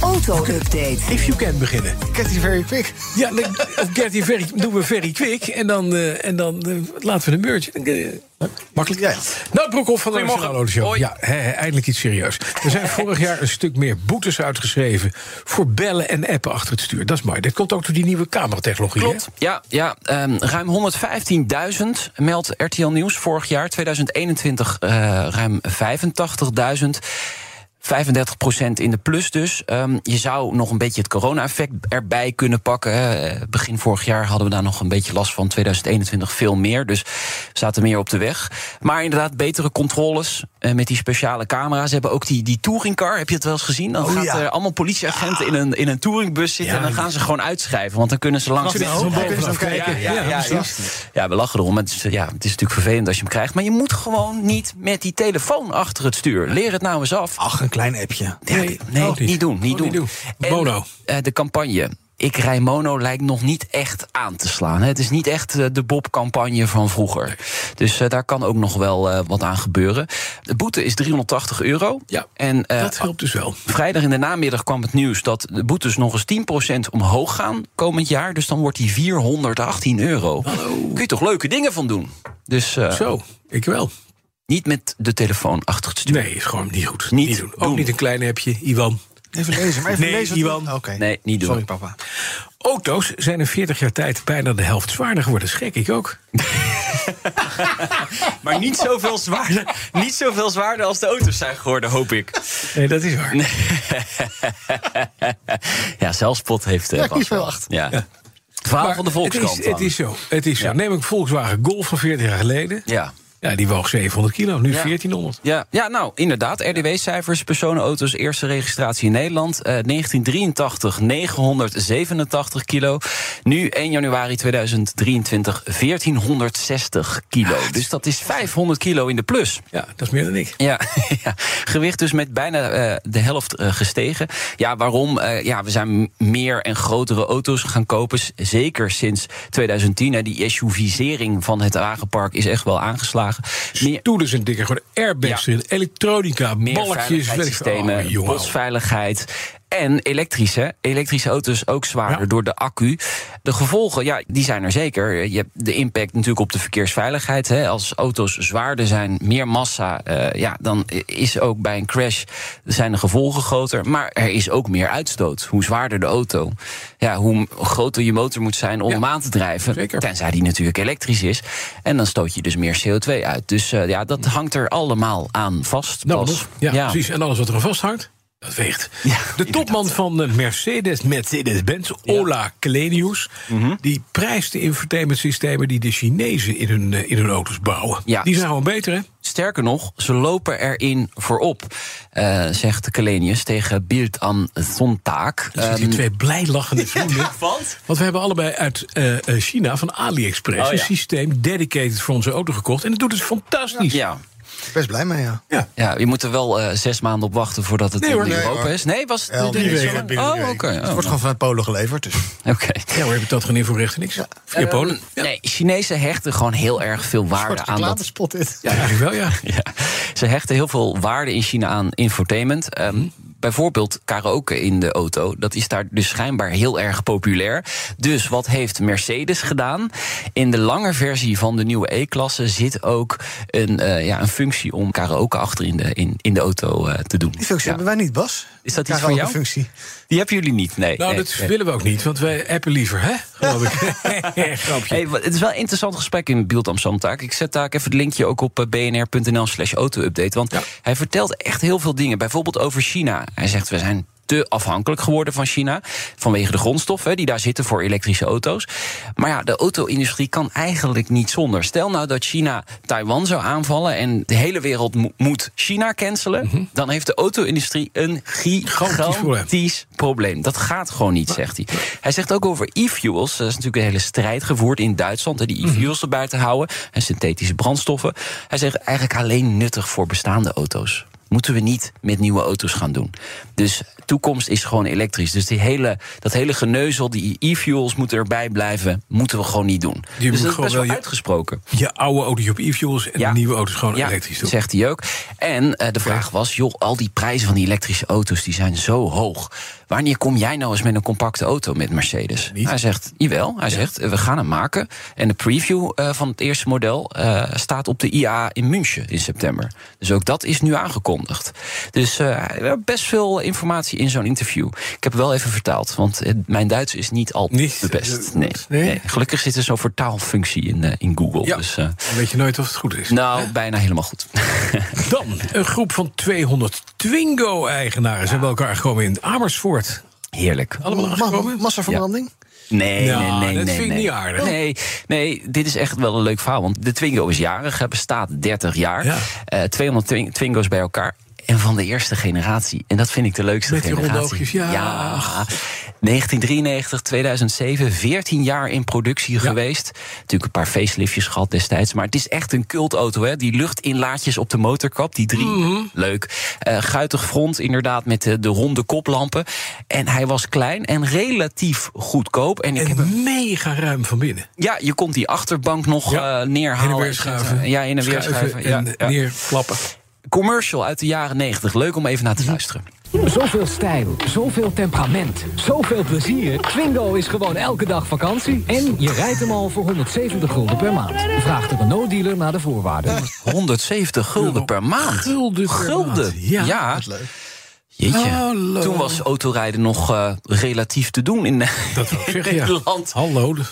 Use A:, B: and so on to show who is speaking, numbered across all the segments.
A: Auto-update.
B: If you can beginnen.
C: Get it very quick.
B: Ja, dan- of Gertie very, doen we very quick. En dan, eh, en dan eh, laten we de merge. Dan, eh, makkelijk.
C: Ja.
B: Nou, Broekhoff van de
D: Goedemorgen.
B: Nationale Show.
D: Hoi.
B: Ja, hè, hè, eindelijk iets serieus. Er zijn vorig jaar een stuk meer boetes uitgeschreven... voor bellen en appen achter het stuur. Dat is mooi. Dat komt ook door die nieuwe cameratechnologie. hè?
D: Klopt, ja. ja ehm, ruim 115.000 meldt RTL Nieuws vorig jaar. 2021 eh, ruim 85.000. 35% in de plus dus. Ehm, je zou nog een beetje het corona-effect erbij kunnen pakken. hè. Eh, Begin vorig jaar hadden we daar nog een beetje last van. 2021 veel meer, dus we zaten meer op de weg. Maar inderdaad, betere controles eh, met die speciale camera's. Ze hebben ook die, die touringcar, heb je het wel eens gezien? Dan
C: Oh,
D: gaat
C: ja.
D: er allemaal politieagenten in een, in een touringbus zitten... en dan gaan ze gewoon uitschrijven, want dan kunnen ze langs...
B: Kunnen ze van
C: Kun je
B: bovenaf
C: eens dan
B: kijken?
C: kijken?
D: Ja, ja, ja, dus- ja. Ja, we lachen erom. maar Het is, eh, ja, het is natuurlijk vervelend als je hem krijgt. Maar je moet gewoon niet met die telefoon achter het stuur. Leer het nou eens af.
C: Ach, een klein appje.
D: Ja,
B: nee,
D: nee,
B: ook niet.
D: niet. doen. Niet
B: Oh,
D: doen.
B: niet doen. Mono.
D: eh, de campagne. Ik rij mono lijkt nog niet echt aan te slaan. hè. Het is niet echt eh, de Bob-campagne van vroeger. Dus eh, daar kan ook nog wel eh, wat aan gebeuren. De boete is 380 euro.
B: Ja,
D: en, eh,
B: Dat helpt dus wel.
D: Vrijdag in de namiddag kwam het nieuws dat de boetes nog eens 10% omhoog gaan komend jaar. Dus dan wordt die 418 euro. Kun je toch leuke dingen van doen? Dus eh,
B: Zo, ik wel.
D: niet met de telefoon achter het stuur.
B: Nee, is gewoon niet goed.
D: Niet
B: doen. Ook
D: doen.
B: niet een klein appje, Iwan.
C: Even lezen, maar even
B: Nee,
C: lezen.
B: Iwan.
C: Oké.
D: Nee, niet doen.
C: Sorry, papa.
B: Auto's zijn in 40 jaar tijd bijna de helft zwaarder geworden. Schrik ik ook.
D: Maar niet zoveel, zwaarder, niet zoveel zwaarder als de auto's zijn geworden, hoop ik.
B: Nee, dat is waar.
D: ja, zelfspot heeft eh,
C: Ja, kies
D: Bas wel.
C: wel acht.
D: Ja. Het verhaal van de
B: Maar Het
D: Volkskrant.
B: is,
D: dan.
B: het is zo. Het is zo. Neem ik Volkswagen Golf van 40 jaar geleden.
D: Ja.
B: Ja, die woog 700 kilo, nu
D: Ja.
B: 1400.
D: Ja, ja, nou inderdaad. RDW-cijfers, personenauto's, eerste registratie in Nederland. Eh, 1983 987 kilo. Nu 1 januari 2023 1460 kilo. Dus dat is 500 kilo in de plus.
B: Ja, dat is meer dan ik.
D: Ja, ja, gewicht dus met bijna eh, de helft eh, gestegen. Ja, waarom? Eh, ja, we zijn meer en grotere auto's gaan kopen. s- Zeker sinds 2010. Hè. Die SUV-zering van het wagenpark is echt wel aangeslagen. Meer,
B: Toen dus een dikke, gewoon airbags
D: Ja.
B: erin, elektronica,
D: meer
B: balkjes, weet
D: veiligheidssystemen,
B: ik veel. Oh, jongen.
D: bosveiligheid. En elektrisch, hè? Elektrische auto's ook zwaarder door de accu. De gevolgen, ja, die zijn er zeker. Je hebt de impact natuurlijk op de verkeersveiligheid. Hè? Als auto's zwaarder zijn, meer massa, eh, ja, dan is ook bij een crash zijn de gevolgen groter. Maar er is ook meer uitstoot. Hoe zwaarder de auto, ja, hoe groter je motor moet zijn om
B: Ja.
D: hem aan te drijven.
B: Zeker.
D: Tenzij die natuurlijk elektrisch is. En dan stoot je dus meer CO2 uit. Dus eh, ja, dat hangt er allemaal aan vast.
B: Nou,
D: Bas.
B: Bas, ja, precies. En alles wat er aan vasthangt, dat weegt. de topman van eh, Mercedes, Mercedes-Benz, Ola Kalenius...
D: Mhm.
B: die prijst de infotainmentsystemen die de Chinezen in hun, eh, in hun auto's bouwen.
D: Ja.
B: Die zijn gewoon beter, hè? Dus
D: Sterker nog, ze lopen erin voorop, eh, zegt Kalenius tegen Bild aan Sonntag.
B: Dan zitten die
D: Ehm,
B: twee blijlachende vrienden.
D: want?
B: Want we hebben allebei uit eh, eh, China, van AliExpress,
D: Oh, ja.
B: een systeem dedicated voor onze auto gekocht. En dat doet het fantastisch.
D: Ja.
C: Best blij mee, ja.
B: Ja.
D: ja, je moet er wel eh, zes maanden op wachten voordat het
B: Nee,
D: in
B: hoor, nee,
D: Europa
C: hoor.
D: is. Nee, was het
C: Elf
D: duurde het zo
C: weken,
D: lang?
C: binnen die
D: Oh, oké.
C: week. Het
D: oh,
C: wordt gewoon vanuit Polen geleverd. Dus.
D: oké.
B: Ja, hoor, heb ik dat gewoon in voor recht en niks? Via
D: Ehm,
B: Polen? Ja,
D: Nee, Chinezen hechten gewoon heel erg veel
C: Wordt
D: waarde aan dat
C: reclamespot dit.
B: ja, eigenlijk wel, ja.
D: Ja, ze hechten heel veel waarde in China aan infotainment. Ehm,
B: Mhm.
D: Bijvoorbeeld karaoke in de auto. Dat is daar dus schijnbaar heel erg populair. Dus wat heeft Mercedes gedaan? In de lange versie van de nieuwe E-klasse zit ook een, eh, ja, een functie om karaoke achter in de, in, in de auto eh, te doen.
C: Die functie
D: Ja.
C: hebben wij niet, Bas.
D: Is dat
C: Die
D: iets
C: krijgen
D: voor
C: ook
D: jou?
C: een functie.
D: Die hebben jullie niet, nee.
B: Nou,
D: nee,
B: dat
D: nee.
B: willen we ook niet, want wij appen liever, hè? Geloof ik. Grapje.
D: Hey, wa- het is wel een interessant gesprek in Beeld Amsterdam Taak. Ik zet daar ook even het linkje ook op eh, bnr.nl slash auto-update. Want hij vertelt echt heel veel dingen. Bijvoorbeeld over China. Hij zegt, we zijn te afhankelijk geworden van China. Vanwege de grondstoffen die daar zitten voor elektrische auto's. Maar ja, de auto-industrie kan eigenlijk niet zonder. Stel nou dat China Taiwan zou aanvallen en de hele wereld mo- moet China cancelen. Dan heeft de auto-industrie een
B: Mhm. Gigantisch probleem.
D: gigantisch ethisch probleem. Dat gaat gewoon niet, zegt hij. Hij zegt ook over e-fuels. Er is natuurlijk een hele strijd gevoerd in Duitsland. Hè,
B: Mhm.
D: die e-fuels erbij te houden. En synthetische brandstoffen. Hij zegt eigenlijk alleen nuttig voor bestaande auto's. Moeten we niet met nieuwe auto's gaan doen. Dus toekomst is gewoon elektrisch. Dus die hele, dat hele geneuzel, die e-fuels moeten erbij blijven, moeten we gewoon niet doen.
B: moet
D: dus dat is
B: gewoon
D: best wel
B: wel je-
D: uitgesproken.
B: Je oude auto's op e-fuels en
D: Ja.
B: de nieuwe auto's gewoon
D: Ja,
B: elektrisch doen.
D: zegt hij ook. En eh, de vraag was, joh, al die prijzen van die elektrische auto's... die zijn zo hoog. Wanneer kom jij nou eens met een compacte auto met Mercedes?
B: Niet.
D: Hij zegt, jawel, hij zegt, eh, we gaan hem maken. En de preview eh, van het eerste model eh, staat op de IA in München in september. Dus ook dat is nu aangekondigd. Dus eh, best veel informatie in zo'n interview. Ik heb wel even vertaald, want eh, mijn Duits is niet al
B: Niet,
D: te best.
B: eh,
D: Nee,
B: nee?
D: nee. Gelukkig zit er zo'n vertaalfunctie in, eh, in Google.
B: Ja.
D: Dus, eh,
B: Dan weet je nooit of het goed is.
D: nou, bijna helemaal goed.
B: Dan een groep van 200 Twingo-eigenaren zijn bij elkaar gekomen in Amersfoort.
D: Heerlijk.
B: Allemaal aangekomen?
C: Ma- massaverbranding?
D: Nee,
B: Ja,
D: nee, nee.
B: dat
D: nee,
B: vind ik
D: nee.
B: niet aardig.
D: Nee, nee, dit is echt wel een leuk verhaal. Want de Twingo is jarig, hij bestaat 30 jaar.
B: Ja.
D: Eh, 200 twing- Twingo's bij elkaar. En van de eerste generatie. En dat vind ik de leukste
B: Met die ronde
D: generatie.
B: oogjes, ja.
D: 1993, 2007, 14 jaar in productie geweest. Natuurlijk een paar faceliftjes gehad destijds. Maar het is echt een cultauto, hè? Die luchtinlaatjes op de motorkap, die drie.
B: Mhm.
D: Leuk. Eh, guitig front, inderdaad, met de, de ronde koplampen. En hij was klein en relatief goedkoop. En ik heb hem
B: En mega ruim van binnen.
D: ja, je kon die achterbank nog
B: Ja,
D: eh,
B: Heen en
D: neerhalen.
B: weer schuiven.
D: eh, Ja, in en weer
B: Schuiven
D: schuiven. Ja,
B: en
D: ja.
B: neerklappen.
D: Commercial uit de jaren 90. Leuk om even naar te luisteren.
A: Mhm. Zoveel stijl, zoveel temperament, zoveel plezier. Twingo is gewoon elke dag vakantie. En je rijdt hem al voor 170 gulden per maand. Vraag de Renault-dealer naar de voorwaarden.
D: 170 gulden per maand.
B: Gulden per
D: Gulden.
B: maand. Ja,
D: ja. Jeetje.
B: Hallo.
D: Toen was autorijden nog eh, relatief te doen in,
B: Dat zou ik
D: in
B: zeggen, ja.
D: Nederland.
B: Hallo, de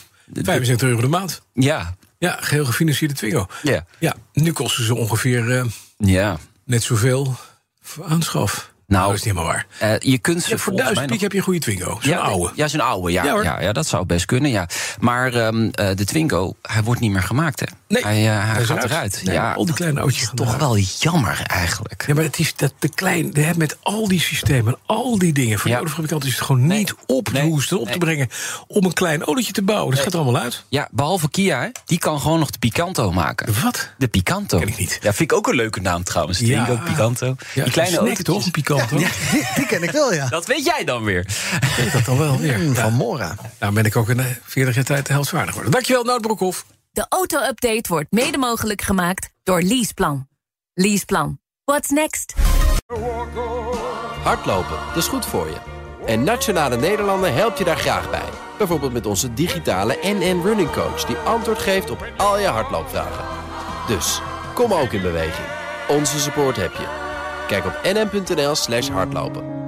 B: 75 euro de maand.
D: Ja.
B: Ja, geheel gefinancierde Twingo.
D: Ja.
B: Ja, nu kosten ze ongeveer eh,
D: ja.
B: net zoveel voor aanschaf.
D: Nou,
B: dat is niet helemaal waar.
D: Eh, je kunt ze
B: Ja, voor
D: volgens mij
B: duizend
D: nog-
B: piek heb je een goede Twingo. Zo'n oude.
D: Ja, zijn oude, ja.
B: Ja,
D: Ja,
B: hoor.
D: ja, dat zou best kunnen, ja. Maar ehm, eh, de Twingo, hij wordt niet meer gemaakt, hè?
B: Nee,
D: hij, eh, hij
B: hij is
D: gaat
B: eruit.
D: eruit.
B: Nee,
D: ja,
B: al die
D: dat
B: kleine oudjes
D: is
B: gaan
D: toch
B: eruit.
D: wel jammer eigenlijk.
B: Ja, maar het is dat de klein, hè, met al die systemen, al die dingen. Voor
D: Ja.
B: de autofabrikant is het gewoon
D: Nee.
B: niet op te
D: Nee.
B: hoesten, op
D: Nee.
B: te brengen. om een klein autootje te bouwen. Dat gaat er allemaal uit.
D: Ja, behalve Kia, hè, die kan gewoon nog de Picanto maken.
B: Wat?
D: De Picanto.
B: Ken ik niet.
D: Ja, vind ik ook een leuke naam trouwens.
B: Ja.
D: Twingo, Picanto. die kleine
B: snack,
D: auto
B: toch? Een Picanto.
C: Die ken ik wel, ja.
D: Dat weet jij dan weer.
B: Dat dan wel weer.
C: Mm,
B: Ja.
C: Van Mora.
B: Nou ben ik ook in eh, 40 jaar tijd de helft zwaarder geworden. Dankjewel, Nout Broekhoff.
E: De auto-update wordt mede mogelijk gemaakt door Leaseplan. Leaseplan. What's next?
F: Hardlopen, dat is goed voor je. En Nationale Nederlanden helpt je daar graag bij. Bijvoorbeeld met onze digitale NN Running Coach... die antwoord geeft op al je hardloopvragen. Dus, kom ook in beweging. Onze support heb je. Kijk op nn.nl slash hardlopen.